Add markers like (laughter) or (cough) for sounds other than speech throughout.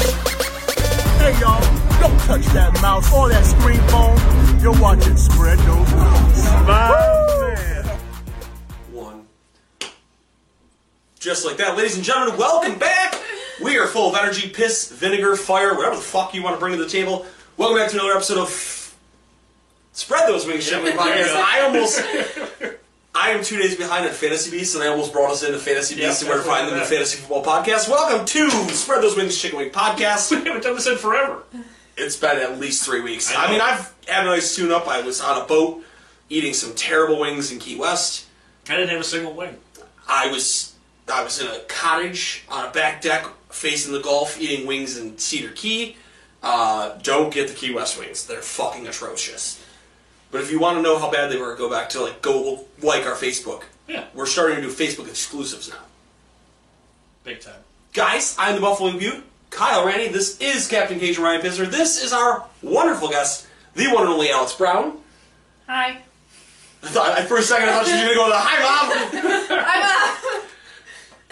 Hey y'all, don't touch that mouse or that screen phone. You're watching Spread Those Rules. One. Just like that, ladies and gentlemen, welcome back! We are full of energy, piss, vinegar, fire, whatever the fuck you want to bring to the table. Welcome back to another episode of Spread Those Wings Gentlemen podcast. I almost. I am two days behind on Fantasy Beasts, and I almost brought us into Fantasy Beasts and where to find them in the Fantasy Football Podcast. Welcome to Spread Those Wings Chicken Wing Podcast. We haven't done this in forever. It's been at least three weeks. I I, know. mean, I've had a nice tune up. I was on a boat eating some terrible wings in Key West. I didn't have a single win. I was I was in a cottage on a back deck facing the Gulf, eating wings in Cedar Key. Uh, don't get the Key West wings; they're fucking atrocious. But if you want to know how bad they were, go back to like go like our Facebook. Yeah. we're starting to do Facebook exclusives now, Big time. guys. I'm the Buffalo Butte, Kyle Rennie. This is Captain Cage and Ryan Pisner. This is our wonderful guest, the one and only Alex Brown. Hi. I thought for a second I thought she was gonna go to the hi mom. I'm up.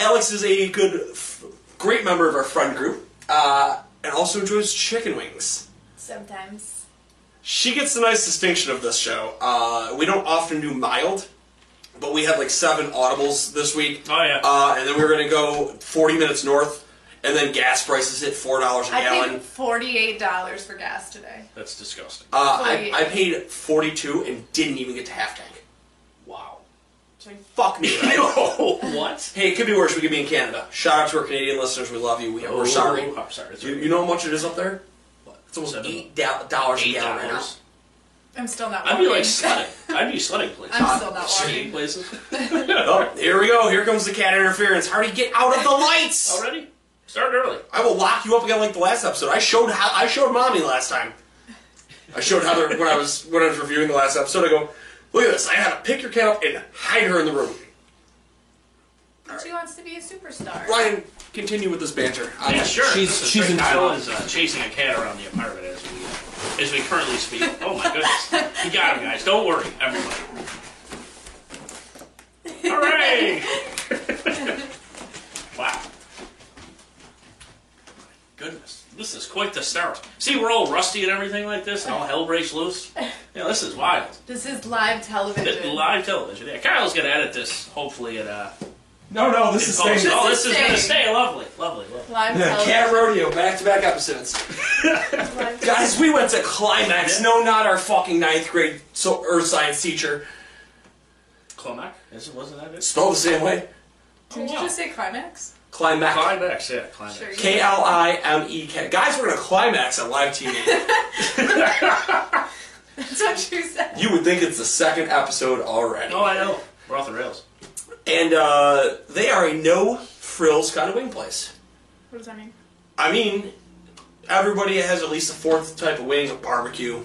Alex is a good, f- great member of our friend group, uh, and also enjoys chicken wings. Sometimes. She gets the nice distinction of this show. Uh, we don't often do mild, but we had like seven audibles this week. Oh, yeah. Uh, and then we were gonna go 40 minutes north, and then gas prices hit four dollars a I gallon. paid forty-eight dollars for gas today. That's disgusting. uh, I, Forty. I paid 42 and didn't even get to half tank. wow. Fuck (laughs) me. right? Oh, what? hey, it could be worse. We could be in Canada. Shout out to our Canadian listeners. We love you. We, we're sorry. Oh, I'm sorry. It's You, okay. you know how much it is up there? What? It's almost Seven- eight do- dollars a eight gallon right now. dollars. I'm still not. I'd be like (laughs) walking. sledding. I'd be sledding places. I'm still not sledding walking. places. Oh, here we go. Here comes the cat interference. Hardy, get out (laughs) of the lights. Already? Start early. I will lock you up again like the last episode. I showed how I showed mommy last time. I showed Heather when I was when I was reviewing the last episode. I go, look at this. I had to pick your cat up and hide her in the room. She wants to be a superstar. Ryan, continue with this banter. I- Yeah, sure. She's- This is she's great. in Kyle trouble. is uh, chasing a cat around the apartment as we as we currently speak. Oh my goodness! You got him, guys. Don't worry, everybody. Hooray! (laughs) wow. Goodness, this is quite the start. See, we're all rusty and everything like this, and all hell breaks loose. Yeah, this is wild. This is live This- television. live television. Yeah, Kyle's gonna edit this hopefully at uh. no, no, in this is post. staying. Oh, This this is is gonna staying. stay lovely, lovely, lovely. Live (laughs) Cat television. rodeo, back to back episodes. Live- Guys, we went to climax. No, not our fucking ninth grade so earth science teacher. Clomac? Is it wasn't that it? Oh, Spelled the same way. Did you just say climax? Climax. Climax, yeah, climax. Sure. K L I M E K. Guys, we're gonna climax on live TV. (laughs) That's what you said. (laughs) you would think it's the second episode already. Oh, I know. We're off the rails. And uh, they are a no frills kind of wing place. What does that mean? I mean, everybody has at least a fourth type of wing: a barbecue,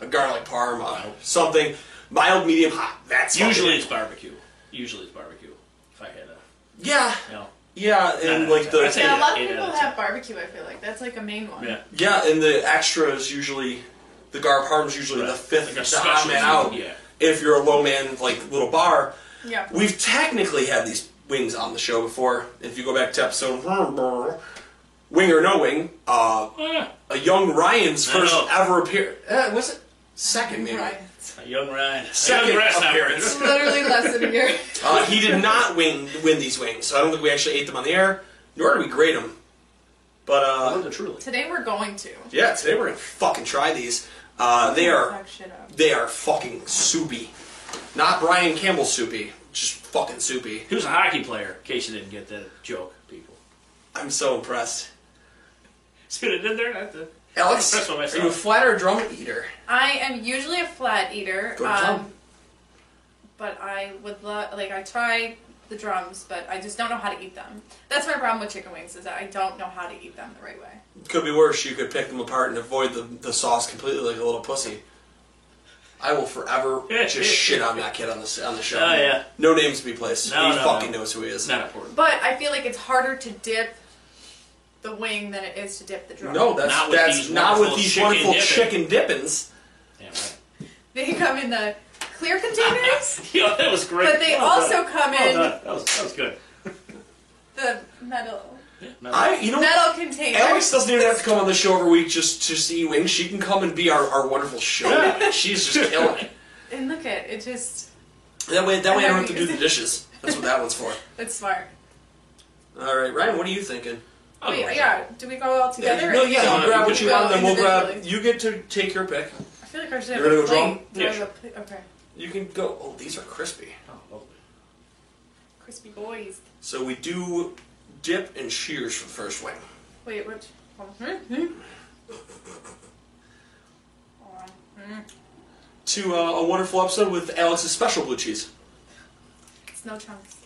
a garlic parm, uh, something mild, medium, hot. That's fucking- Usually it's barbecue. Usually it's barbecue. If I had a, yeah, you know, yeah, and Nah, like the I'd say- Yeah, a lot eight of people out of ten. have barbecue. I feel like that's like a main one. yeah, yeah, and the extra is usually the gar parm's usually the Right. fifth, Like a the hot special man food, out. yeah. If you're a low man, like little bar, Yeah. We've technically had these wings on the show before. If you go back to episode Wing or No Wing, uh, oh, yeah. a young Ryan's I first know. ever appearance. Uh, was it? Second, maybe. Right. A young Ryan, a Second young grasshopper. (laughs) appearance. Literally less than a year. Uh, he did not win, win these wings, so I don't think we actually ate them on the air, nor did we grade them. But, uh, Linda Truly. Today we're going to. yeah, today we're going to fucking try these. Uh, they are Fuck shit up. they are fucking soupy. Not Brian Campbell soupy, just fucking soupy. He was a hockey player, in case you didn't get that joke, people. I'm so impressed. See what I did there? That's it. Alex, Impressed with are myself. you a flat or a drum eater? I am usually a flat eater. Go to Um, drum. but I would love, like, I try the drums, but I just don't know how to eat them. That's my problem with chicken wings, is that I don't know how to eat them the right way. Could be worse. You could pick them apart and avoid the, the sauce completely like a little pussy. I will forever just (laughs) shit on that kid on the s- on the show. Oh, yeah. No names to be placed. No, he no, fucking no. knows who he is. It's not important. But I feel like it's harder to dip the wing than it is to dip the drum. No, that's Not with that's these not with wonderful these chicken wonderful chicken dippin'. dippins. (laughs) Damn right. (laughs) They come in the clear containers, Yeah, that was great. but they Well also done. come Well in done. That was, that was good. the metal No, I you know metal containers. Alex doesn't even have to come on the show every week just just to eat wings. She can come and be our, our wonderful show. She's just killing it. and look at it just That way that way I don't have to do the dishes. That's what that one's for. it's smart. All right, Ryan, what are you thinking? I'll go Wait, with yeah, do we go all together? no, Oh, yeah, No, you grab you what can you want, and go then we'll grab. individually. You get to take your pick. I feel like I should have You're gonna go a plate. drum? Do I Yeah, have a sure. plate? Okay. You can go. Oh, these are crispy. that. Oh, lovely. Crispy boys. So we do dip and shears for the first wing. Wait, which one? Hmm? To uh, a wonderful episode with Alex's special blue cheese. It's no chunks.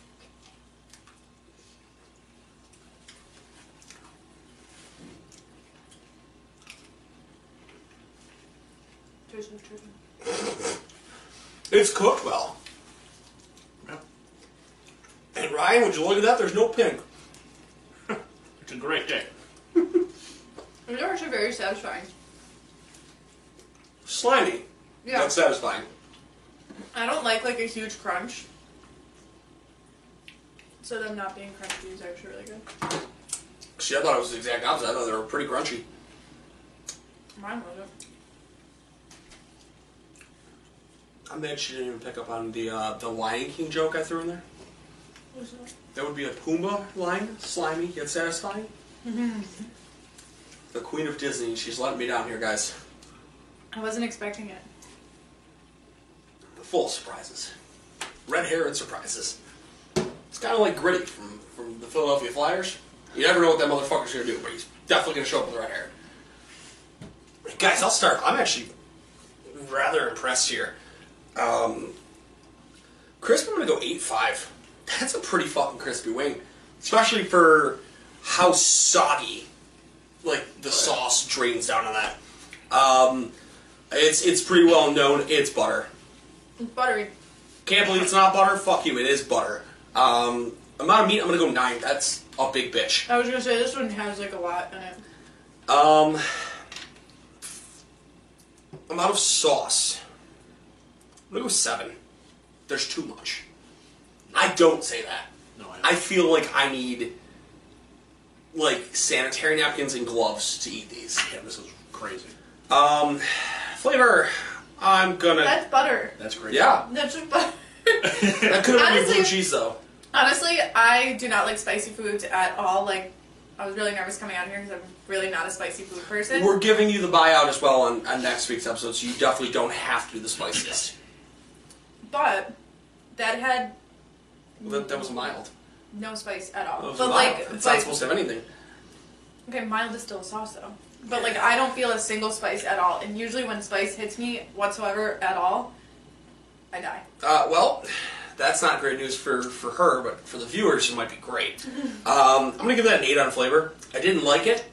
There's no chicken. It's cooked well. Yeah. And Ryan, would you look at that? There's no pink. It's a great day. They're actually very satisfying. Slimy. Yeah. That's satisfying. I don't like like a huge crunch. So them not being crunchy is actually really good. See, I thought it was the exact opposite. I thought they were pretty crunchy. Mine wasn't. I'm mad she didn't even pick up on the uh, the Lion King joke I threw in there. That would be a Pumbaa line, slimy yet satisfying. the Queen of Disney, she's letting me down here, guys. I wasn't expecting it. Full of surprises, red hair and surprises. It's kind of like Gritty from from the Philadelphia Flyers. You never know what that motherfucker's gonna do, but he's definitely gonna show up with red hair. Guys, I'll start. I'm actually rather impressed here. Um, crisp, I'm gonna go eight five. (laughs) That's a pretty fucking crispy wing, especially for how soggy like the sauce drains down on that. Um, it's it's pretty well known. It's butter. It's buttery. Can't believe it's not butter. Fuck you. It is butter. Um, amount of meat. I'm gonna go nine. That's a big bitch. I was gonna say this one has like a lot in it. Um, amount of sauce. I'm gonna go seven. There's too much. I don't say that. No, I I feel like I need like sanitary napkins and gloves to eat these. Yeah, this is crazy. Flavor. I'm gonna. That's butter. That's crazy. yeah. That's just (laughs) butter. That could have been Honestly- blue cheese though. Honestly, I do not like spicy foods at all. Like, I was really nervous coming out here because I'm really not a spicy food person. We're giving you the buyout as well on, on next week's episode, so you definitely don't have to do the spiciest. but that had Well, that, that was mild. no spice at all. That was but mild. like, it's but- not supposed to have anything. Okay, mild is still a sauce though. But like I don't feel a single spice at all. And usually when spice hits me whatsoever at all, I die. Uh, well, that's not great news for, for her, but for the viewers, it might be great. Um, I'm gonna give that an eight on flavor. I didn't like it,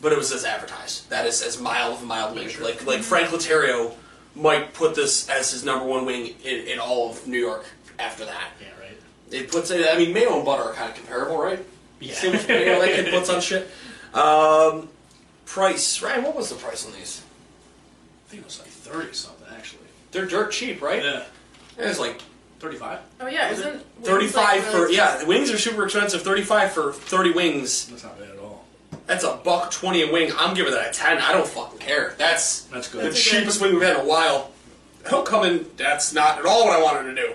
but it was as advertised. That is as mild of a mild wing. Like like Frank Leterio might put this as his number one wing in, in all of New York. After that, Yeah, right. it puts it. I mean, mayo and butter are kind of comparable, right? Yeah. Same with mayo that kid puts on shit. Um, price, Ryan. What was the price on these? I think it was like 30 something, actually. They're dirt cheap, right? Yeah. It was like 35? Oh yeah, isn't Thirty-five for yeah, the wings are super expensive. Thirty-five for thirty wings. That's not bad at all. That's a buck twenty a wing. I'm giving that a ten. I don't fucking care. That's That's the good. That's a good- cheapest wing we've had in a while. He'll come in. That's not at all what I wanted to do.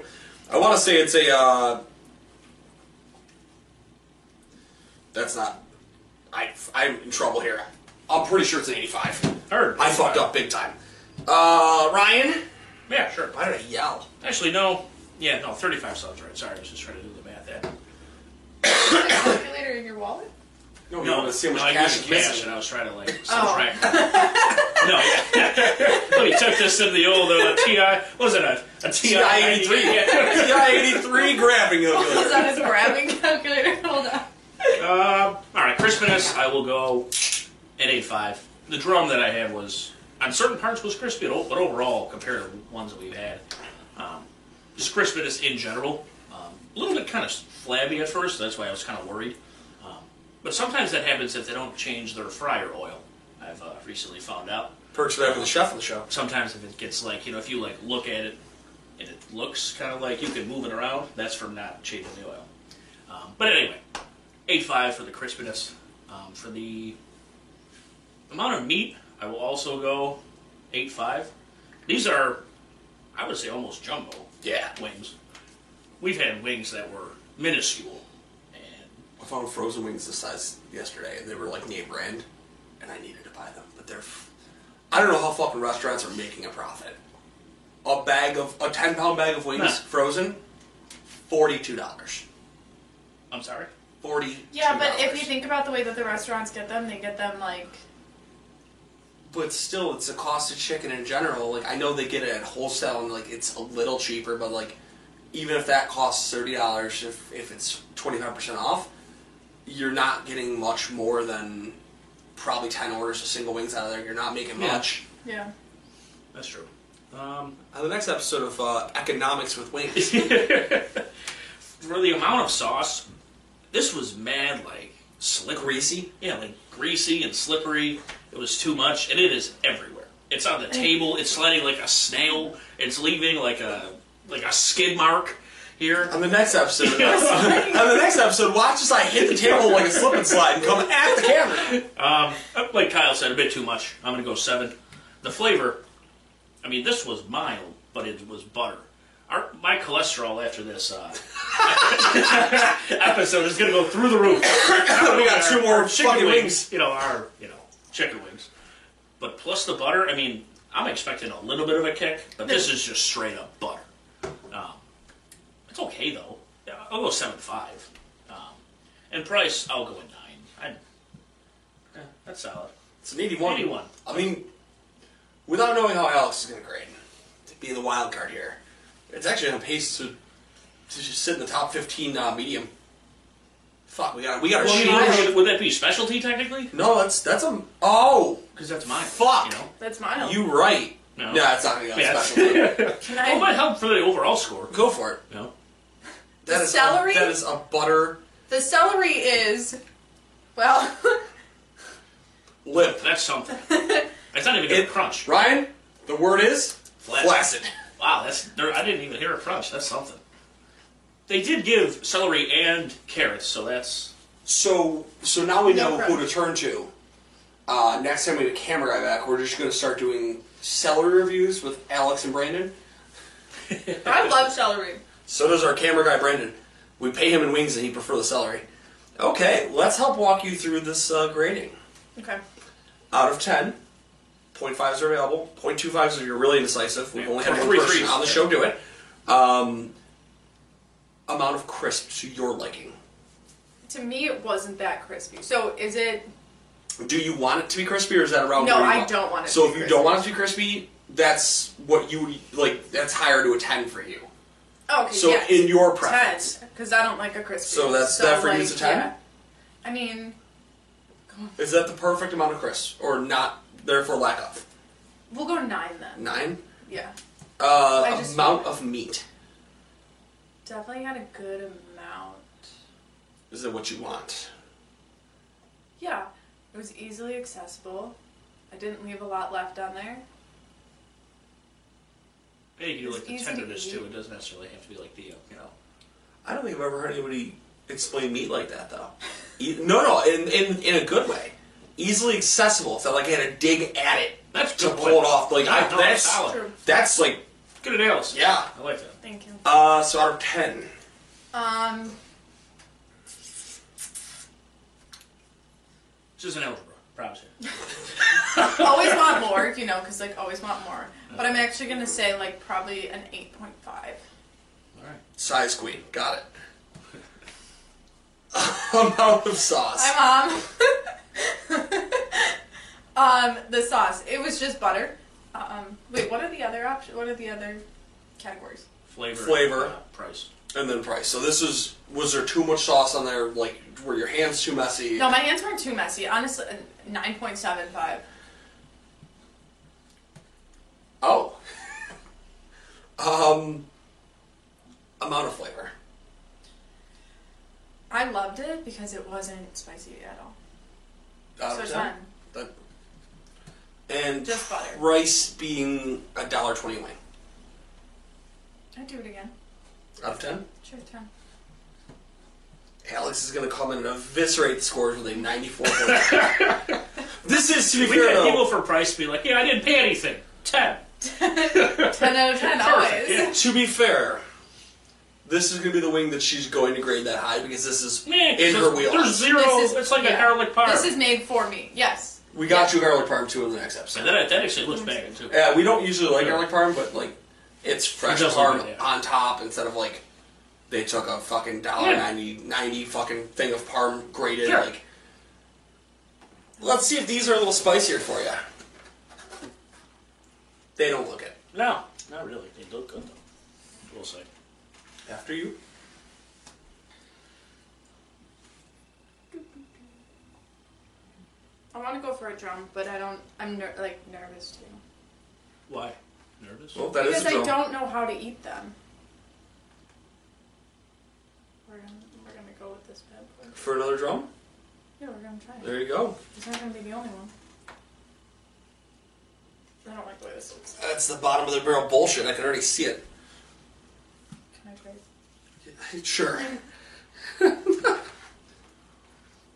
I want to say it's a. Uh, that's not. I I'm in trouble here. I'm pretty sure it's an eighty-five. Heard. I fucked up big time. Uh, Ryan, Yeah, sure. Why did I yell? Actually, no. Yeah, no, 35 sounds right. Sorry, I was just trying to do the math. That. Is there a calculator in your wallet? No, No, let's Oh, see how no, much I cash used it cash, gets. and I was trying to like Oh. subtract. no, (laughs) let me tuck this in the old uh, TI. What was it a, a TI ninety three? (laughs) TI eighty three grabbing (laughs) Is hook. that his grabbing calculator? (laughs) Hold on. Um, all right, crispiness. I will go at eight five. The drum that I had was on certain parts was crispy, but o- but overall compared to ones that we've had, um, just crispiness in general. Um, a little bit kind of flabby at first. That's why I was kind of worried. Um, but sometimes that happens if they don't change their fryer oil. I've uh, recently found out. Perks it up with the chef on the show. sometimes if it gets like you know if you like look at it and it looks kind of like you can move it around that's from not changing the oil um, but anyway 8.5 for the crispiness um, for the amount of meat i will also go 8.5 these are i would say almost jumbo Yeah. wings we've had wings that were minuscule and I found frozen wings this size yesterday, and they were like name brand, and I needed to buy them. But they're, f- I don't know how fucking restaurants are making a profit. A bag of a ten pound bag of wings, Nah. frozen, forty two dollars. i'm sorry Forty. Yeah, but if you think about the way that the restaurants get them, they get them like but still, it's the cost of chicken in general. Like I know they get it at wholesale, and like it's a little cheaper, but like even if that costs thirty dollars, if if it's twenty five percent off, you're not getting much more than probably ten orders of single wings out of there. You're not making Yeah. much. yeah. that's true um, On the next episode of uh, Economics with (laughs) Wings, for the amount of sauce this was mad like slick greasy. Yeah, like greasy and slippery. It was too much, and it is everywhere. It's on the table. It's sliding like a snail. It's leaving like a like a skid mark here. On the next (laughs) episode, on the next episode, watch as I hit the table like a slip and slide and come at the camera. Uh, Like Kyle said, a bit too much. I'm gonna go seven. The flavor, I mean, this was mild, but it was butter. Our, my cholesterol after this uh, (laughs) episode is gonna go through the roof. We got two more chicken fucking wings, wings. You know our you know chicken wings, but plus the butter. I mean, I'm expecting a little bit of a kick, but this is just straight up butter. Um, it's okay though. Yeah, I'll go seven five, um, and price I'll go a nine. I, eh, that's solid. It's an 81. 81. I mean, without knowing how Alex is going to grade, to be the wild card here, it's actually on pace to, to just sit in the top 15 uh, medium. Fuck, we got we got a Well, I mean, sheet. would, would that be specialty technically? No, that's that's a oh, Because that's mine. Fuck. You know? That's mild. you Oh right. No. No, that's not going to be Yeah, a that's- special. (laughs) Can Well, it I, might help for the overall (laughs) score. Go for it. You know? That is Celery? A, that is a butter the celery is well. (laughs) lip. That's (laughs) something. It's not even a It- crunch. Ryan, the word is Flaccid. flaccid. Wow, that's there, I didn't even hear a crunch. That's something. They did give celery and carrots, so that's So, so now we No know who crunch. to turn to. Uh, next time we get camera guy back, we're just going to start doing celery reviews with Alex and Brandon. I love celery. So does our camera guy Brandon. We pay him in wings, and he prefer the celery. Okay, let's help walk you through this uh, grading. Okay. Out of ten, 0.5s are available. 0.25s are you're really indecisive. We've Yeah, only had one three person threes. on the show do it. Um, amount of crisp to your liking. To me, it wasn't that crispy. So is it? Do you want it to be crispy, or is that around? No, where you I want? don't want it So to if be you crispy. don't want it to be crispy, that's what you like. That's higher to a ten for you. Oh, okay, So yeah. in your ten preference, because I don't like a crispy. So that's- that for you is a 10? yeah. I mean, is that the perfect amount of crisp, or not? Therefore, lack of we'll go nine then. nine. Yeah. I Uh, just- amount of meat. Definitely had a good amount. Is it what you want? Yeah. It was easily accessible. I didn't leave a lot left on there. hey, you like the It's easy to tenderness eat. too. It doesn't necessarily have to be like the uh, you know. I don't think I've ever heard anybody explain meat like that though. E- No, no, in, in in a good way. Easily accessible. If I like had a dig at it That's to good pull it point. off, like I, No, that's solid. True. that's like Good at Alice. yeah. I like that. Thank you. Uh, so out of ten, Um, This is an algebra. promise (laughs) you. always want more, you know, because like always want more. But I'm actually gonna say like probably an 8.5. All right. Size queen. Got it. (laughs) Amount of sauce. Hi, mom. (laughs) um, the sauce. It was just butter. Um, wait, what are the other options? What are the other categories? Flavor. Flavor. uh, price. and then price. So this is was there too much sauce on there? Like were your hands too messy? No, my hands weren't too messy. Honestly, uh, 9.75. Oh. (laughs) um. Amount of flavor. I loved it because it wasn't spicy at all. Out So of it's 10? fine. That- and Just butter. price being a dollar twenty wing. I'd do it again. Out of ten. Sure, 10. Alex is gonna come in and eviscerate the scores with a ninety-four. (laughs) point. this is to be We fair had though. people for price be like, yeah, I didn't pay anything. Ten. 10 out of 10 always. to be fair, this is going to be the wing that she's going to grade that high because this is Meh, in her there's- wheelhouse. There's zero. This is- it's like a yeah. garlic parm. This is made for me. Yes. we got you garlic parm too in the next episode. and that, that actually looks banging too. Yeah, we don't usually like garlic parm, but like it's fresh It does look parm good, yeah. on top instead of like they took a fucking dollar Yeah. ninety ninety fucking thing of parm grated. Sure. Like, let's see if these are a little spicier for you. They don't look it. No, not really. They look good though. We'll see. After you. I want to go for a drum, but I don't. I'm ner- like nervous too. Why? Nervous? Well, that is Because a I drum. don't know how to eat them. We're gonna, we're gonna go with this bad boy. For another drum, Yeah, we're gonna try it. there you go. It's not gonna be the only one. I don't like the way this looks. That's the bottom of the barrel bullshit. I can already see it. Can I try it? Sure. This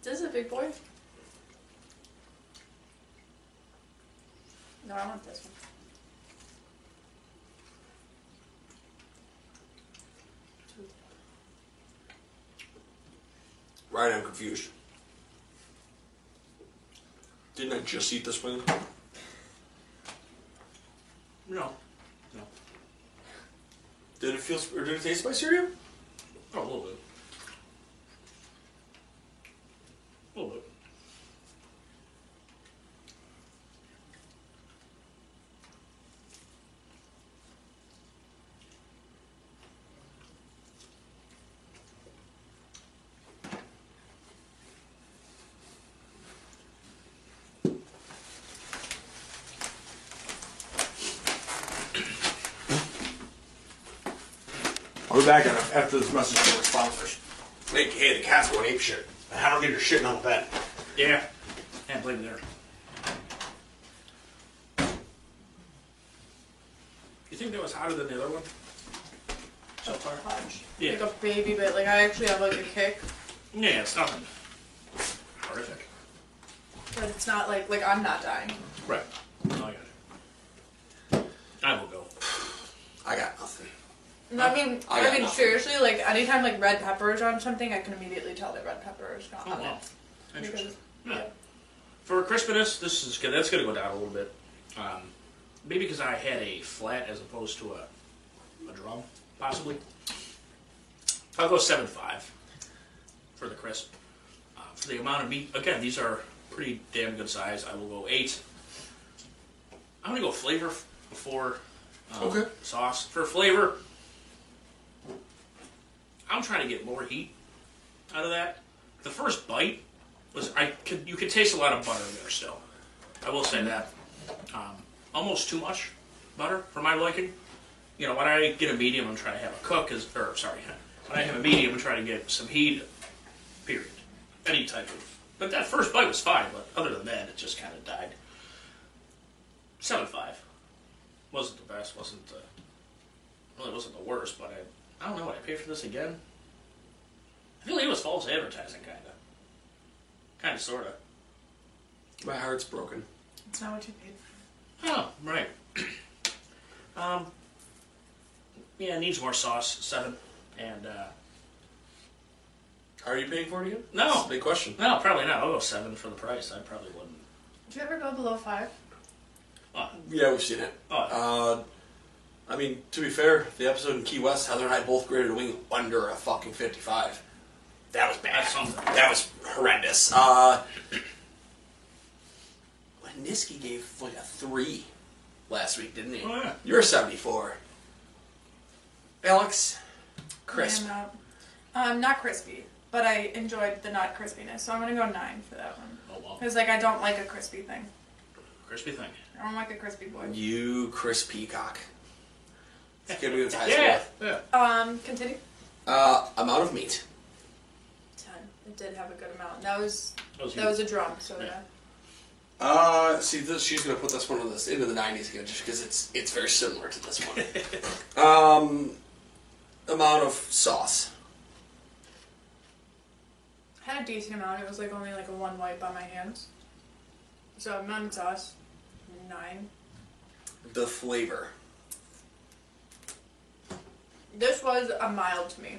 is a big boy. No, I want this one. Right, I'm confused. Didn't I just eat this wing? No. No. Did it feel or did it taste spicier to you? Oh, a little bit. A little bit. I'll be back after this message from our sponsors. Hey, hey, the cat's going ape shit. I don't get your shitting on the bed. Yeah. Can't blame you there. You think that was hotter than the other one? So far? Punch. Yeah. Like a baby bit. Like I actually have like a kick, Yeah, it's nothing. Horrific. but it's not like like I'm not dying. Right. No, I got it. I will go. I got nothing. No, I mean, I I, got mean, nothing. seriously, like anytime like red pepper is on something, I can immediately tell that red pepper is not Oh, on wow. it. Interesting. Because- Yeah. For crispiness, this is gonna, that's going to go down a little bit. Um, maybe because I had a flat as opposed to a, a drum, possibly. I'll go seven five for the crisp. Uh, for the amount of meat, again, these are pretty damn good size. I will go eight. I'm going to go flavor f- before um, Okay. sauce. For flavor, I'm trying to get more heat out of that. The first bite was I could you could taste a lot of butter there still. I will say that um, almost too much butter for my liking. You know, when I get a medium, I'm trying to have a cook is or sorry, when I have a medium, I'm trying to get some heat. Period. Any type of. But that first bite was fine. But other than that, it just kind of died. Seven five. Wasn't the best. Wasn't the. Really wasn't the worst. But I. I don't know. Would I pay for this again? I feel like it was false advertising, kind of. Kind of, sort of. My heart's broken. It's not what you paid for. Oh, right. (clears throat) um, yeah, it needs more sauce. Seven. And, uh, Are you paying for it again? No. That's a big question. no, probably not. I'll go seven for the price. I probably wouldn't. Do you ever go below five? Yeah, we've seen it. Oh. Uh, I mean, to be fair, the episode in Key West, Heather and I both graded a wing under a fucking 55. That was bad. That's something. That was horrendous. Uh, Niski gave like a three last week, didn't he? Oh, yeah. You're 74. Alex, crisp. I'm not, um, not crispy, but I enjoyed the not crispiness, so I'm gonna go nine for that one. Oh, wow. Because like I don't like a crispy thing. Crispy thing. I don't like a crispy boy. You, Chris Peacock. It's gonna be the title. Yeah. yeah. Um, continue. Uh, amount of meat. Ten. It did have a good amount. That was That was that was a drum. So Yeah. yeah. Uh, see, this, she's gonna put this one in this into the '90s again, just because it's it's very similar to this one. (laughs) um, amount of sauce. I had a decent amount. It was like only like a one wipe on my hands. So amount of sauce, nine. The flavor. This was a mild to me.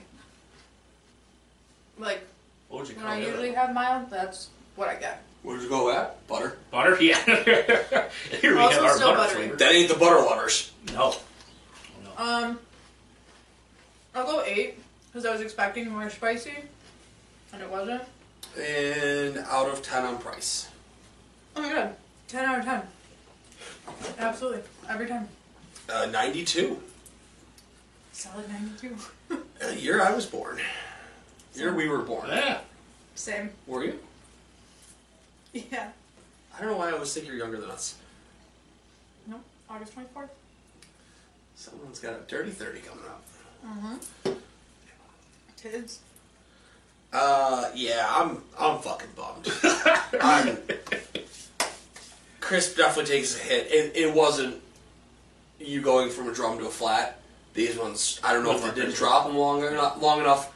Like What would you when Oh, call I it? usually have mild, that's what I get. Where'd you go at? Butter. butter? (laughs) Yeah. Here we Also have our still butter buttery. flavor. That ain't the butter lovers. No. Oh, no. Um, I'll go eight because I was expecting more spicy, and it wasn't. And out of ten on price. Oh my god, ten out of ten. Absolutely, every time. Uh, Ninety-two. Solid ninety-two. Uh, year I was born. Year we were born. Yeah. Same. Were you? (laughs) Yeah. I don't know why I always think you're younger than us. No, August twenty-fourth. Someone's got a dirty thirty coming up. Tids. Uh, yeah, I'm I'm fucking bummed. I'm, Crisp definitely takes a hit. It, it wasn't you going from a drum to a flat. These ones, I don't know if they didn't drop them long enough. Long enough,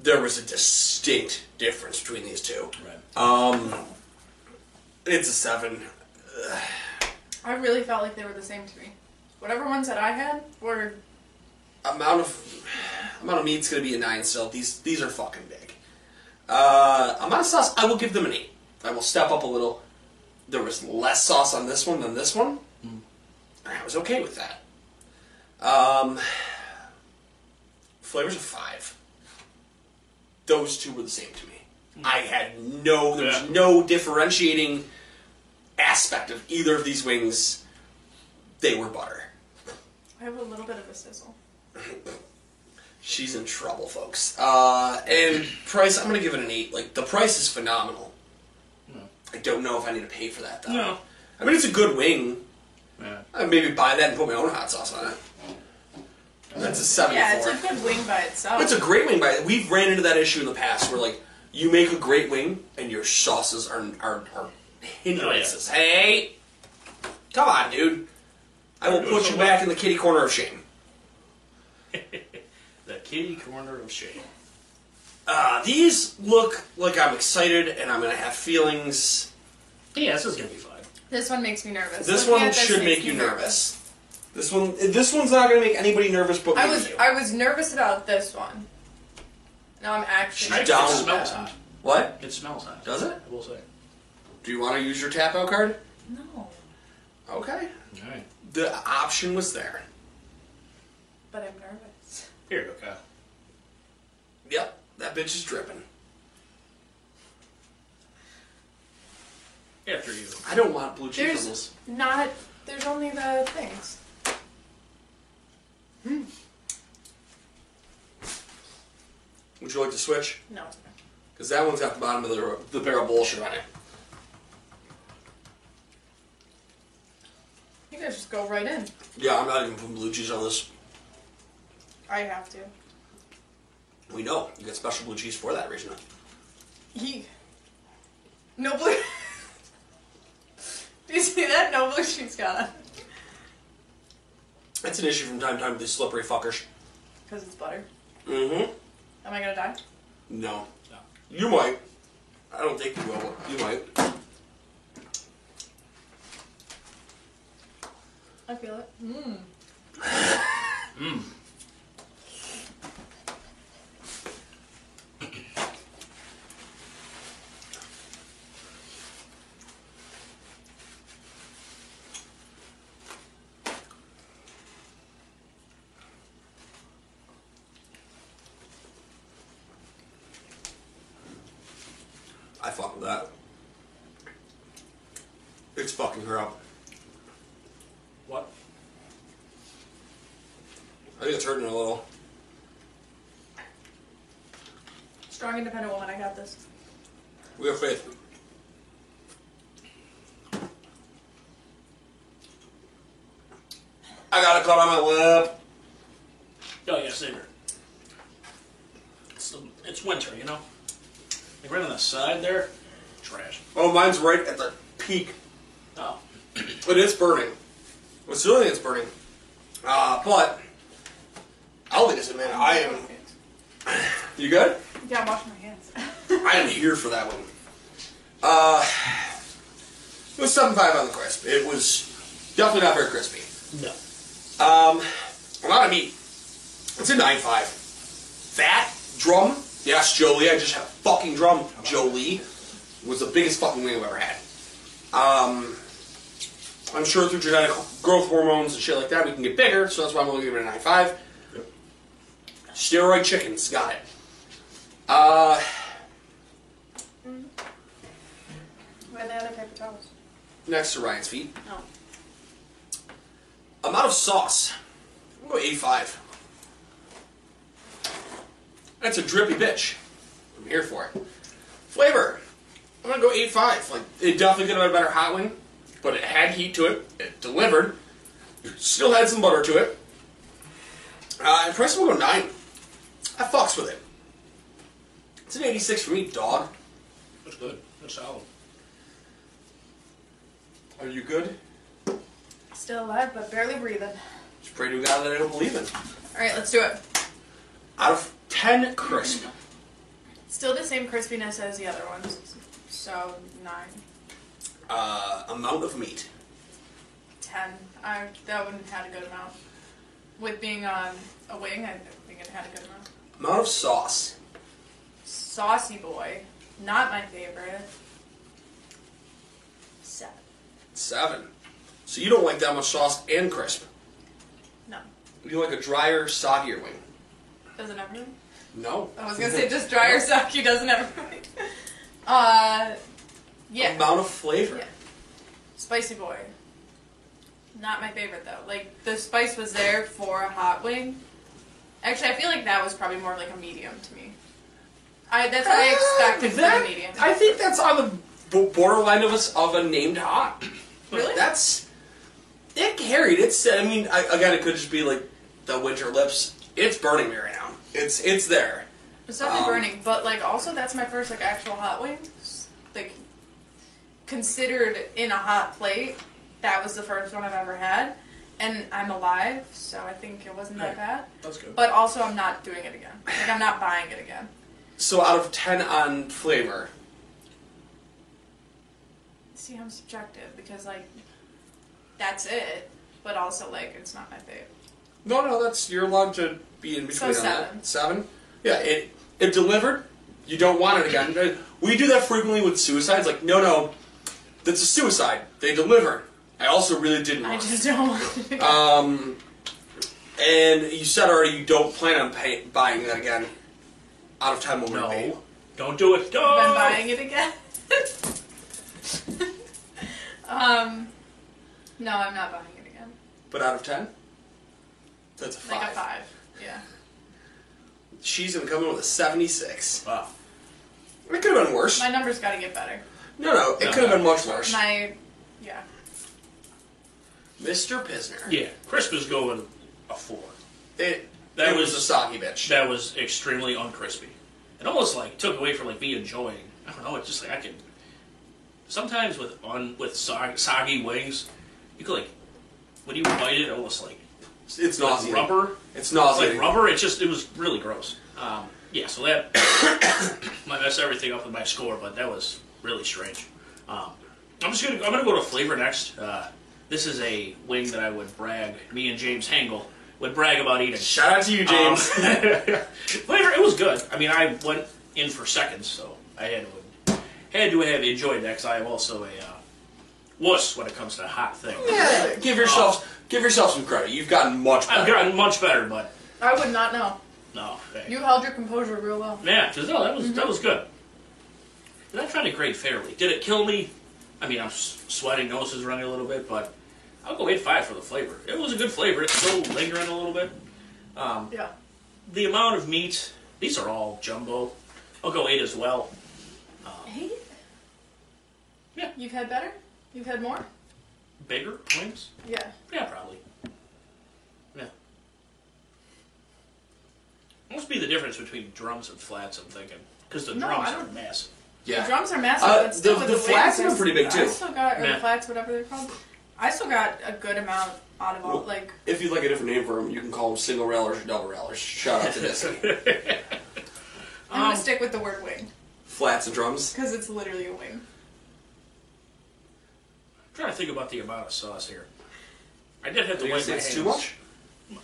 there was a distinct difference between these two. Right. Um, it's a seven. I really felt like they were the same to me. Whatever ones that I had were amount of amount of meat's gonna be a nine still. These these are fucking big. Uh, amount of sauce, I will give them an eight. I will step up a little. There was less sauce on this one than this one. And I was okay with that. Um, flavors of five. Those two were the same to me. I had no there was Yeah. no differentiating aspect of either of these wings. They were butter. I have a little bit of a sizzle. She's in trouble, folks. Uh, and price, I'm gonna give it an eight. Like the price is phenomenal. I don't know if I need to pay for that though. No. I mean it's a good wing. Yeah. (laughs) I'd maybe buy that and put my own hot sauce on it. That's a seven. Yeah, it's a good wing by itself. It's a great wing, but we've ran into that issue in the past where like you make a great wing and your sauces are are, are hindrances. Hey, come on, dude! I will doing put so you well. back in the kitty corner of shame. The kitty corner of shame. Uh, these look like I'm excited and I'm gonna have feelings. Yeah, this is gonna be fun. this one makes me nervous. This Looking one at this should makes make you me nervous. This one, this one's not gonna make anybody nervous, but I maybe was you. I was nervous about this one. Now I'm actually She's It down. smells hot. what? It smells hot. Does it? I will say. Do you want to use your tap out card? No, Okay. All right. The option was there. but I'm nervous. Here you go, Kyle. Yep, that bitch is dripping. After you. I don't want blue cheese There's- There's... Not there's only the things. Would you like to switch? No, it's okay. Because that one's got the bottom of the, the barrel bullshit on it. you guys just go right in. Yeah, I'm not even putting blue cheese on this. I have to. We know you get special blue cheese for that reason. He. No blue. (laughs) Do you see that? No blue she's gone. That's an issue from time to time with these slippery fuckers. Because it's butter. Mm-hmm. Am I gonna die? No. No. You might. I don't think you will. but You might. I feel it. Mmm. I fuck with that. It's fucking her up. What? I think it's hurting her a little. Strong, independent woman. I got this. We have faith. I got a cut on my lip. Oh yeah, Saber. It's, it's winter, you know. Like right on the side there, trash. Oh, mine's right at the peak. Oh, It is burning. It's really it's burning. Uh, but I'll be this man. I am. You good? Yeah, I'm washing my hands. (laughs) I am here for that one. Uh, it was seven five on the crisp. It was definitely not very crispy. no. A lot of meat. It's a nine five. Fat drum. Yes, Jolie. I just had a fucking drum. Jolie was the biggest fucking wing I've ever had. Um, I'm sure through genetic growth hormones and shit like that, we can get bigger. So that's why I'm only giving it a nine five. Steroid chickens. Got it. Uh, Where are the other paper towels? next to Ryan's feet. No. Amount of sauce. I'm going eighty five. That's a drippy bitch. I'm here for it. Flavor. I'm gonna go 8.5. Like it definitely could have been a better hot wing, but it had heat to it. It delivered. Still had some butter to it. Uh, and price will go nine. I fucks with it. It's an 86 for me, dog. That's good. That's solid. Are you good? Still alive, but barely breathing. Just pray to God that I don't believe in. All right, let's do it. Out of 10 crisp. Still the same crispiness as the other ones. So nine, Uh, amount of meat. ten. I that wouldn't have had a good amount. With being on a wing, I think it had a good amount. Amount of sauce. Saucy boy, not my favorite. Seven. Seven. So you don't like that much sauce and crisp. No, You like a drier, soggier wing. doesn't everyone? No. I was gonna say just dry or sucky doesn't everyone. (laughs) uh, yeah. Amount of flavor. Yeah. Spicy boy. Not my favorite though. Like the spice was there for a hot wing. Actually, I feel like that was probably more like a medium to me. I that's what I expected Ah, That- from a medium. I think that's on the b- borderline of us of a named hot. really? That's it carried. It's I mean I, again it could just be like the winter lips. It's burning me right now. It's it's there. it's definitely um, burning, but like also that's my first like actual hot wing. Like considered in a hot plate. That was the first one I've ever had. And I'm alive, so I think it wasn't that bad. That's good. But also I'm not doing it again. Like I'm not buying it again. So out of ten on flavor, See, I'm subjective because like that's it, but also like it's not my favorite. no no that's you're allowed to be in between So on seven. that seven. Yeah, it it delivered. You don't want it again. Mm-hmm. We do that frequently with suicides. Like no no, that's a suicide. They delivered. I also really didn't. I want it. just don't want it. again. Um, and you said already you don't plan on pay- buying that again. Out of ten, will No. remain. Don't do it. No. I'm buying it again. (laughs) um, no, I'm not buying it again. But out of ten, that's a five. Like a five. Yeah. She's gonna come in with a seventy-six. Wow. It could have been worse. My number's got to get better. no, no, it No, could have no. been much worse. My, yeah. Mr. Pisner. Yeah, crisp is going a four. It. That it was, was- a soggy bitch. That was extremely uncrispy. It almost like took away from like me enjoying. I don't know. It's just like I can. Sometimes with on with sog, soggy wings, you could like when you bite it, it almost like it's nauseating. rubber. It's It's nauseating. like rubber. It just it was really gross. Um, yeah, so that (coughs) I messed everything up with my score, but that was really strange. Um, I'm just gonna I'm gonna go to flavor next. Uh, this is a wing that I would brag. Me and James Hangle would brag about eating. Shout out to you, Um, (laughs) James. flavor it was good. I mean, I went in for seconds, so I had to had to have enjoyed that because I am also a uh, wuss when it comes to hot things. Yeah, give yourself give yourself some credit. You've gotten much better. I've gotten much better, but I would not know. no. hey. You held your composure real well. Mm-hmm. Yeah, 'cause, no, that was that was good. Did I try to grade fairly? Did it kill me? I mean, I'm s- sweating, nose is running a little bit, but I'll go 8 5 for the flavor. It was a good flavor. It's still lingering a little bit. Yeah. The amount of meat, these are all jumbo. I'll go 8 as well. Eight? Yeah. You've had better? You've had more? Bigger points? Yeah. Yeah, probably. Yeah. Must be the difference between drums and flats, I'm thinking. Because the No, drums I are don't- massive. Yeah. The drums are massive. Uh, but still the- with the weight flats difference, are pretty big, I too. still got, or Yeah. the flats, whatever they're called. I still got a good amount out of all, Well- like, If you'd like a different name for them, you can call them single railers or double railers. Shout out to (laughs) this. I'm gonna stick with the word wing, Flats and drums. because it's literally a wing. I'm trying to think about the amount of sauce here. I did have to You wipe guys my think hands. it's too much?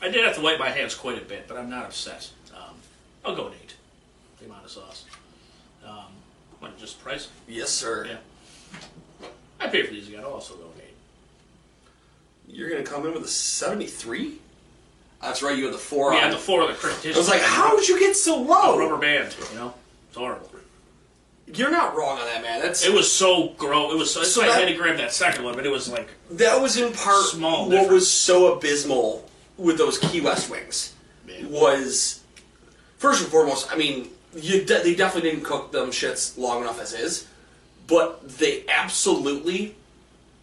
I did have to wipe my hands quite a bit, but I'm not obsessed. Um, I'll go an eight. The amount of sauce. Um, what, just price? Yes, sir. Yeah. I paid for these again. I'll also go an eight. You're gonna come in with a 73? That's right. You had the four. Yeah, on. the four of the crisp. I was like, how did you get so low? Rubber band, you know? It's horrible. You're not wrong on that, man. That's It was so gross. It was so. So I that- had to grab that second one, but it was like that was in part Small what difference. was so abysmal with those Key West wings Man. was first and foremost. I mean, you de- they definitely didn't cook them shits long enough as is, but they absolutely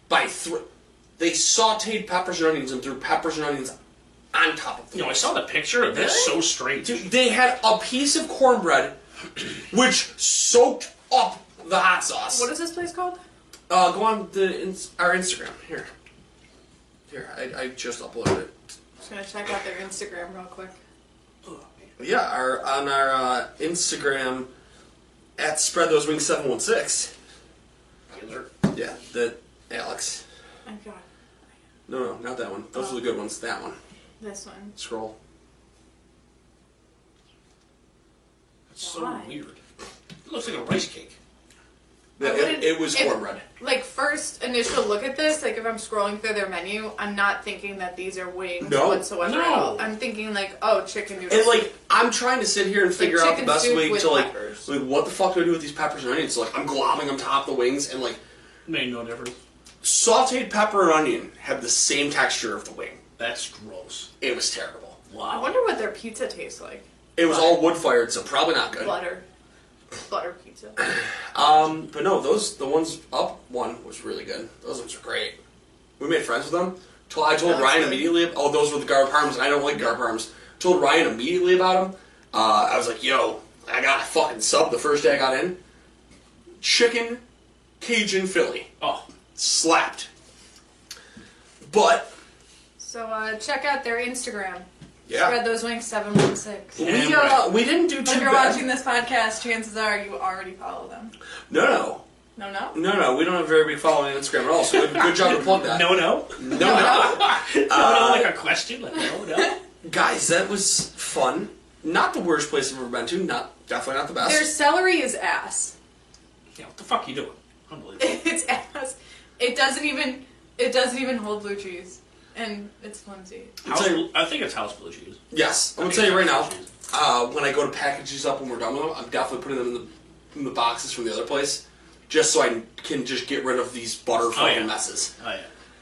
by thr they sautéed peppers and onions and threw peppers and onions on top of them. you know. I saw the picture of this so strange. Dude, they had a piece of cornbread which soaked up the hot sauce. What is this place called? Uh, go on the ins- our Instagram here. Here, I, I just uploaded it. Just gonna check out their Instagram real quick. Yeah, our on our uh, Instagram at spread those wings seven one six. Yeah, the Alex. Oh god, No, no, not that one. Those are the Oh. good ones. That one. this one. Scroll. It's so Why? weird. It looks like a rice cake. Yeah, wouldn't- it, it was if- cornbread. Like first initial look at this, like if I'm scrolling through their menu, I'm not thinking that these are wings No. whatsoever. No. at all. I'm thinking like, oh, chicken noodles. And like, I'm trying to sit here and figure out the chicken best soup way with to like, peppers. like, what the fuck do I do with these peppers and onions? Like, I'm globbing on top of the wings, and like, Made no difference. sautéed pepper and onion have the same texture of the wing. That's gross. It was terrible. I Wow. wonder what their pizza tastes like. It was all wood fired, so probably not good. Butter, butter pizza. Um, but no, those the ones up one was really good. Those ones were great. We made friends with them. Till I told That's Ryan good. immediately. Oh, those were the garb arms, and I don't like garb arms. Told Ryan immediately about them. Uh, I was like, "Yo, I got a fucking sub the first day I got in. Chicken, Cajun Philly, Oh, slapped. But So uh, check out their Instagram. yeah, Spread those wings seven one six. we Damn uh, right. we didn't do too If you're bad. watching this podcast, chances are you already follow them. No, no, No, no. no, no. We don't have very big following on Instagram at all. So good, good job to plug that. (laughs) no, no, no, no. no, no, Uh, like a question. Like (laughs) no, no. Guys, that was fun. Not the worst place I've ever been to. Not definitely not the best. Their celery is ass. (laughs) yeah, what the fuck you doing? Unbelievable. It's ass. It doesn't even. It doesn't even hold blue cheese, and it's flimsy. House, tell you- I think it's house blue cheese. yes, I'm gonna tell you right now. Uh, when I go to package these up when we're done with them, I'm definitely putting them in the, in the boxes from the other place, just so I can just get rid of these butter fucking yeah. messes. Oh yeah.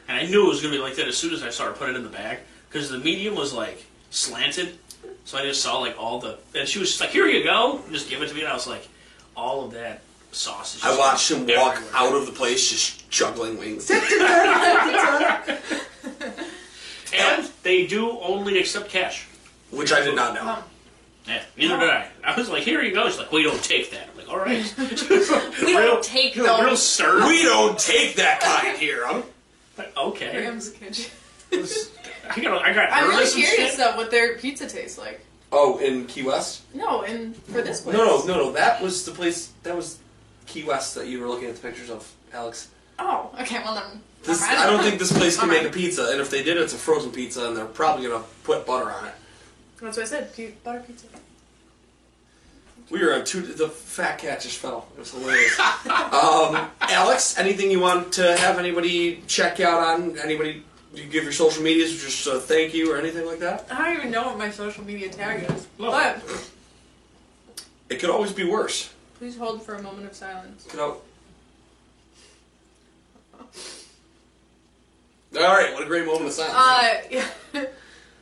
And I knew it was gonna be like that as soon as I started putting it in the bag because the medium was like slanted, so I just saw like all the and she was just like, "Here you go," just give it to me, and I was like, all of that sausage. I watched him walk everywhere. out of the place just juggling wings. And they do only accept cash. Which I did not know. Yeah, neither did I. I was like, "Here you go." She's like, "We don't take that." I'm like, all (laughs) right. We Real- don't take You're like, real those. stern. We don't take that kind here. I'm, Like, (laughs) okay. Graham's kitchen. I got. I got. I'm really nervous and shit. curious though what their pizza tastes like. oh, in Key West? No, and for this place. No, no, no, no. That was the place. That was Key West that you were looking at the pictures of, Alex. Oh, okay. Well, then. This, Alright. I don't think this place can make a Alright. pizza, and if they did, it's a frozen pizza, and they're probably gonna put butter on it. That's what I said. pu- Butter pizza. We were on two. The fat cat just fell. It was hilarious. um, Alex, anything you want to have anybody check out on? Anybody? Do you give your social medias, just a thank you or anything like that? I don't even Oh. know what my social media tag is, Love but It could always be worse. Please hold for a moment of silence. Could I... All right, what a great moment of silence. Uh,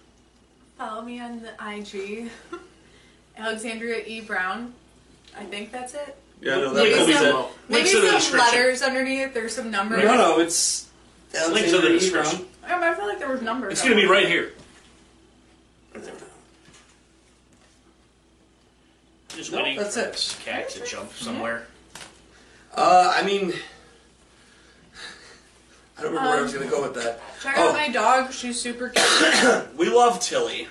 (laughs) follow me on the IG, (laughs) Alexandria E. Brown. I think that's it. yeah, uh, no, Maybe that'll be some- it. Maybe Links in the some description. letters underneath. There's some numbers. No, no, it's Links in the description. I, don't know, I feel like there was numbers. It's gonna be right here. Just No, waiting that's for it. this cat to jump somewhere. Uh, I mean, I don't remember where I was gonna go with that. Check Oh. out my dog. She's super cute. We love Tilly,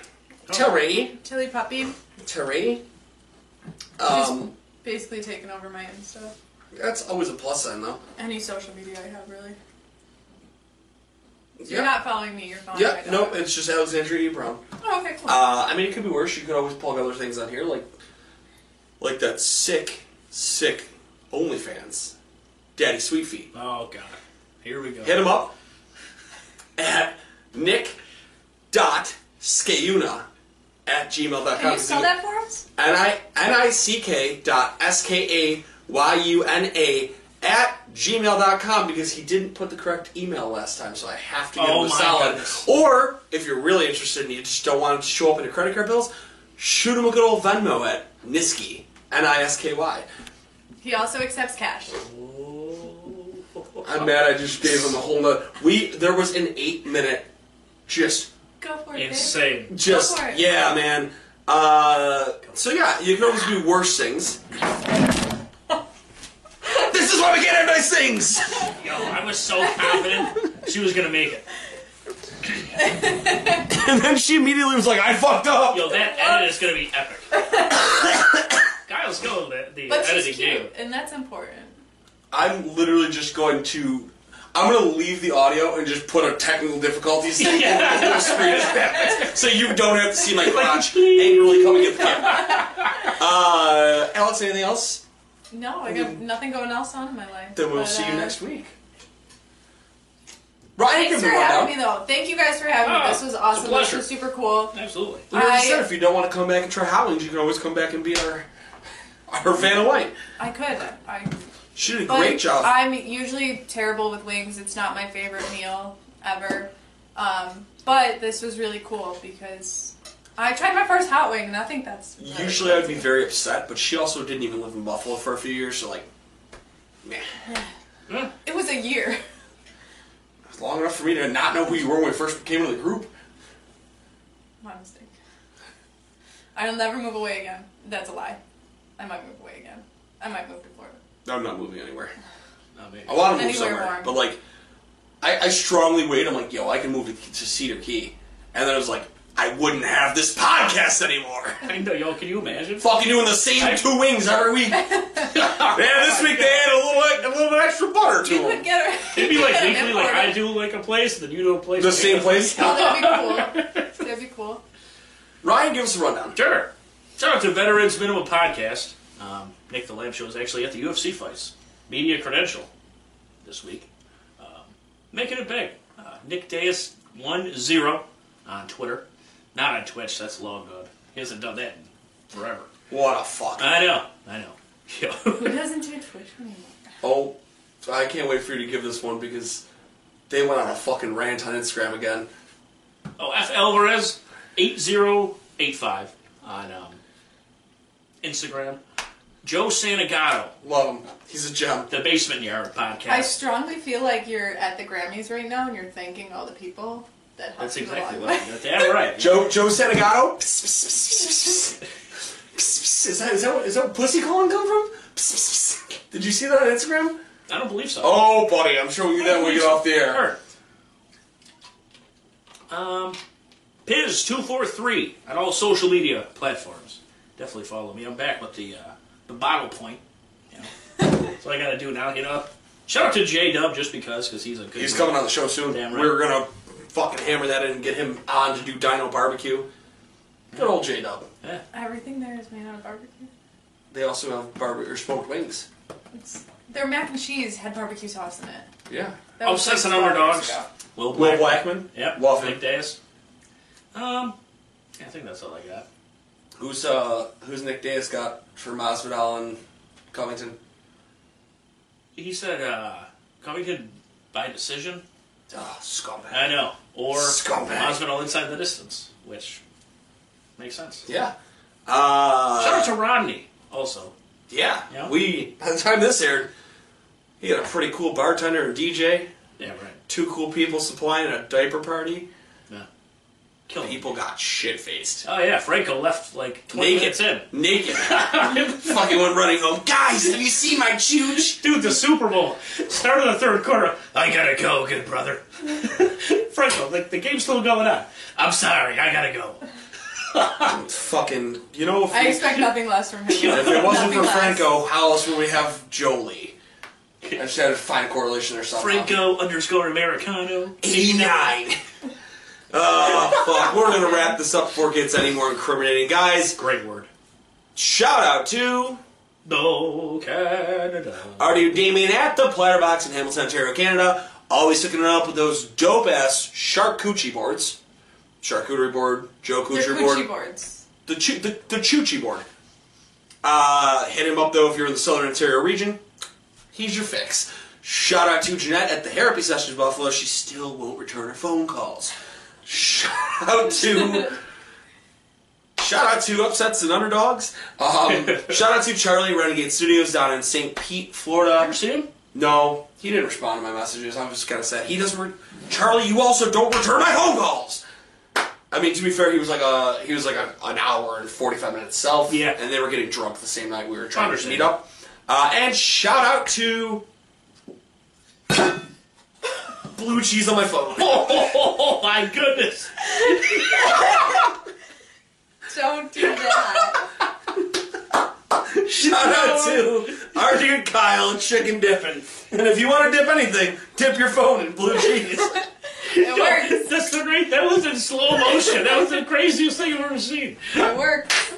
Tilly, Tilly puppy. Tilly. Um, Basically taking over my Insta. that's always a plus sign, though. Any social media I have, really. So You're Yeah, not following me. You're following yeah. my No, dog. it's just Alexandria E. Brown. Oh, okay, cool. Uh, I mean, it could be worse. You could always plug other things on here, like like that sick, sick OnlyFans, Daddy Sweet Feet. Oh god. Here we go. hit him up at nick dot skayuna at gmail.com. Can you spell that for us? N-I-N-I-C-K dot S-K-A-Y-U-N-A at gmail.com because he didn't put the correct email last time, so I have to give Oh him a my solid. goodness. Or, if you're really interested and you just don't want it to show up in your credit card bills, shoot him a good old Venmo at Nisky, N-I-S-K-Y. He also accepts cash. I'm mad I just gave him a whole nother. We, there was an eight minute just Go for it. babe. Insane. just Go for it. yeah, man. Uh, so yeah, you can always do worse (laughs) things. this is why we get our nice things. (laughs) Yo, I was so confident she was gonna make it. And then she immediately was like, "I fucked up." Yo, that edit is gonna be epic. Kyle's going the, the But editing she's game. cute, and that's important. I'm literally just going to. I'm gonna leave the audio and just put a technical (laughs) difficulties thing over the whole screen (laughs) as backwards, so you don't have to see my crotch angrily coming at the camera. (laughs) Uh, Alex, anything else? No, I got nothing going else on in my life. Mm-hmm. Then we'll But, see you uh, next week. Ryan, give Thanks me for one down. having me, though. Thank you guys for having me. Ah, This was it's a awesome. This pleasure. was super cool. Absolutely. We already I- said if you don't want to come back and try Howlings, you can always come back and be our (laughs) our Vanna White. I could. I She did a but great job. I'm usually terrible with wings. It's not my favorite meal ever. Um, but this was really cool because I tried my first hot wing, and I think that's really Usually I'd be very upset, but she also didn't even live in Buffalo for a few years, so like, man, It was a year. (laughs) it was long enough for me to not know who you were when we first came into the group. My mistake. I'll never move away again. That's a lie. I might move away again. I might move to Florida. I'm not moving anywhere. Not me. I want to move Anywhere somewhere, warm. but like, I, I strongly weighed. I'm like, yo, I can move to, to Cedar Key, and then I was like, I wouldn't have this podcast (laughs) anymore. I know, yo, can you imagine? fucking doing the same two wings every (laughs) week. (laughs) yeah, this week they added a little, bit- a little bit extra butter to You them. could (laughs) get her. It'd be like get her in weekly, like Florida. I do like a place, then you do a place. the same place. Oh, that'd be cool. That'd be cool. (laughs) Ryan, give us a rundown. Sure. Shout out to Veterans Minimum Podcast. Um, Nick the Lamb Show is actually at the UFC fights. Media credential this week. Um, making it big. Uh, Nick Deus one zero on Twitter. Not on Twitch, that's long gone. He hasn't done that in forever. What a fuck. I know, I know. (laughs) Yo. Who doesn't do Twitch anymore? Oh, I can't wait for you to give this one because they went on a fucking rant on Instagram again. Oh, F. Alvarez, 8085 on um, Instagram. Joe Santagato, Love him. He's a gem. the Basement Yard podcast. I strongly feel like you're at the Grammys right now and you're thanking all the people that helped That's you (laughs) exactly along. what I got. That right. Joe Joe Santagato. (laughs) Psst, psst, psst, psst, psst. Psst, psst. Is that is that is that where pussy calling come from? Psst, psst, psst. Did you see that on Instagram? I don't believe so. Oh, buddy, I'm showing you that when we get off the air. Sure. Um, Piz two four three on all social media platforms. Definitely follow me. I'm back with the uh, the bottle point. You know. That's what I got to do now. You know. Shout out to J Dub just because because he's a good. He's coming on the show soon. Damn right. We're gonna fucking hammer that in and get him on to do Dino Barbecue. Good old J Dub. Yeah. Everything there is made out of barbecue. They also have barbecue or smoked wings. It's, their mac and cheese had barbecue sauce in it. Yeah. That was Obsess like Oh, and Armor 12 years Dogs. ago. Will Will Blackman. Yep. Love Nick him. Days. Um, I think that's all I got. Who's uh who's Nick Davis got for Masvidal and Covington. He said uh, Covington by decision. Oh, scumbag. I know. Or Scumbag. Masvidal inside the distance, which makes sense. yeah. Uh, Shout out to Rodney also. yeah. Yeah. We by the time this aired, he had a pretty cool bartender and DJ, Yeah, right. two cool people supplying a diaper party. Yeah. Kill him. People got shit faced. Oh yeah, Franco left like 20 minutes in. Naked. Fucking went running home. Guys, have you seen my chooch? Dude, the Super Bowl started the third quarter. I gotta go, good brother. (laughs) Franco, the, the game's still going on. I'm sorry, I gotta go. Fucking, you know, if, I we- expect nothing (laughs) less from him. if it wasn't Nothing for less. Franco, how else would we have Jolie? I just had to find a correlation or something. Franco underscore Americano. 89. (laughs) Oh, fuck. We're going to wrap this up before it gets any more incriminating. Guys, Great word. shout out to No Canada. Audio Damien at the Platterbox in Hamilton, Ontario, Canada. Always hooking it up with those dope ass charcuterie boards. Charcuterie board, Joe They're Coochie board. coochie boards. the chu- the, the Chuchi board. Uh, hit him up though if you're in the Southern Ontario region. He's your fix. Shout out to Jeanette at the Therapy Sessions Buffalo. She still won't return her phone calls. Shout out to. Shout out to Upsets and Underdogs. Um, shout out to Charlie Renegade Studios down in St. Pete, Florida. Ever see him? No, he didn't respond to my messages. I'm just kind of sad. He doesn't. Re- Charlie, you also don't return my phone calls. I mean, to be fair, he was like a he was like a, an hour and forty five minutes self. Yeah. and they were getting drunk the same night we were trying to Understand. meet up. Uh, and shout out to (coughs) blue cheese on my (laughs) phone. (laughs) Oh my goodness! Don't do that. shout out to our dude Kyle Chicken Dipping. And if you want to dip anything, dip your phone in blue cheese. It works. That's the great. That was in slow motion. That was the craziest thing I've ever seen. It works.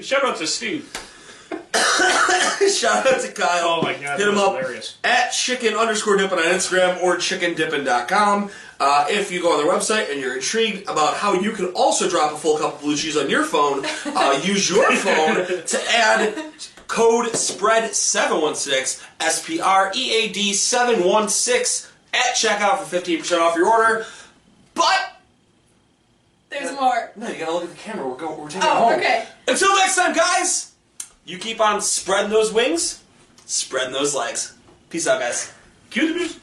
Shout out to Steve. (laughs) Shout out to Kyle. Oh my god, Hit that him was up hilarious. at chicken underscore dippin' on Instagram or chickendippin.com. Uh, if you go on their website and you're intrigued about how you can also drop a full cup of blue cheese on your phone, (laughs) uh, use your phone to add code SPREAD716, S P R E A D 716 at checkout for 15% off your order. But, There's more. no, you gotta look at the camera. We're, going, we're taking it Oh, home. okay. Until next time, guys, you keep on spreading those wings, spreading those legs. Peace out, guys. Cue the music.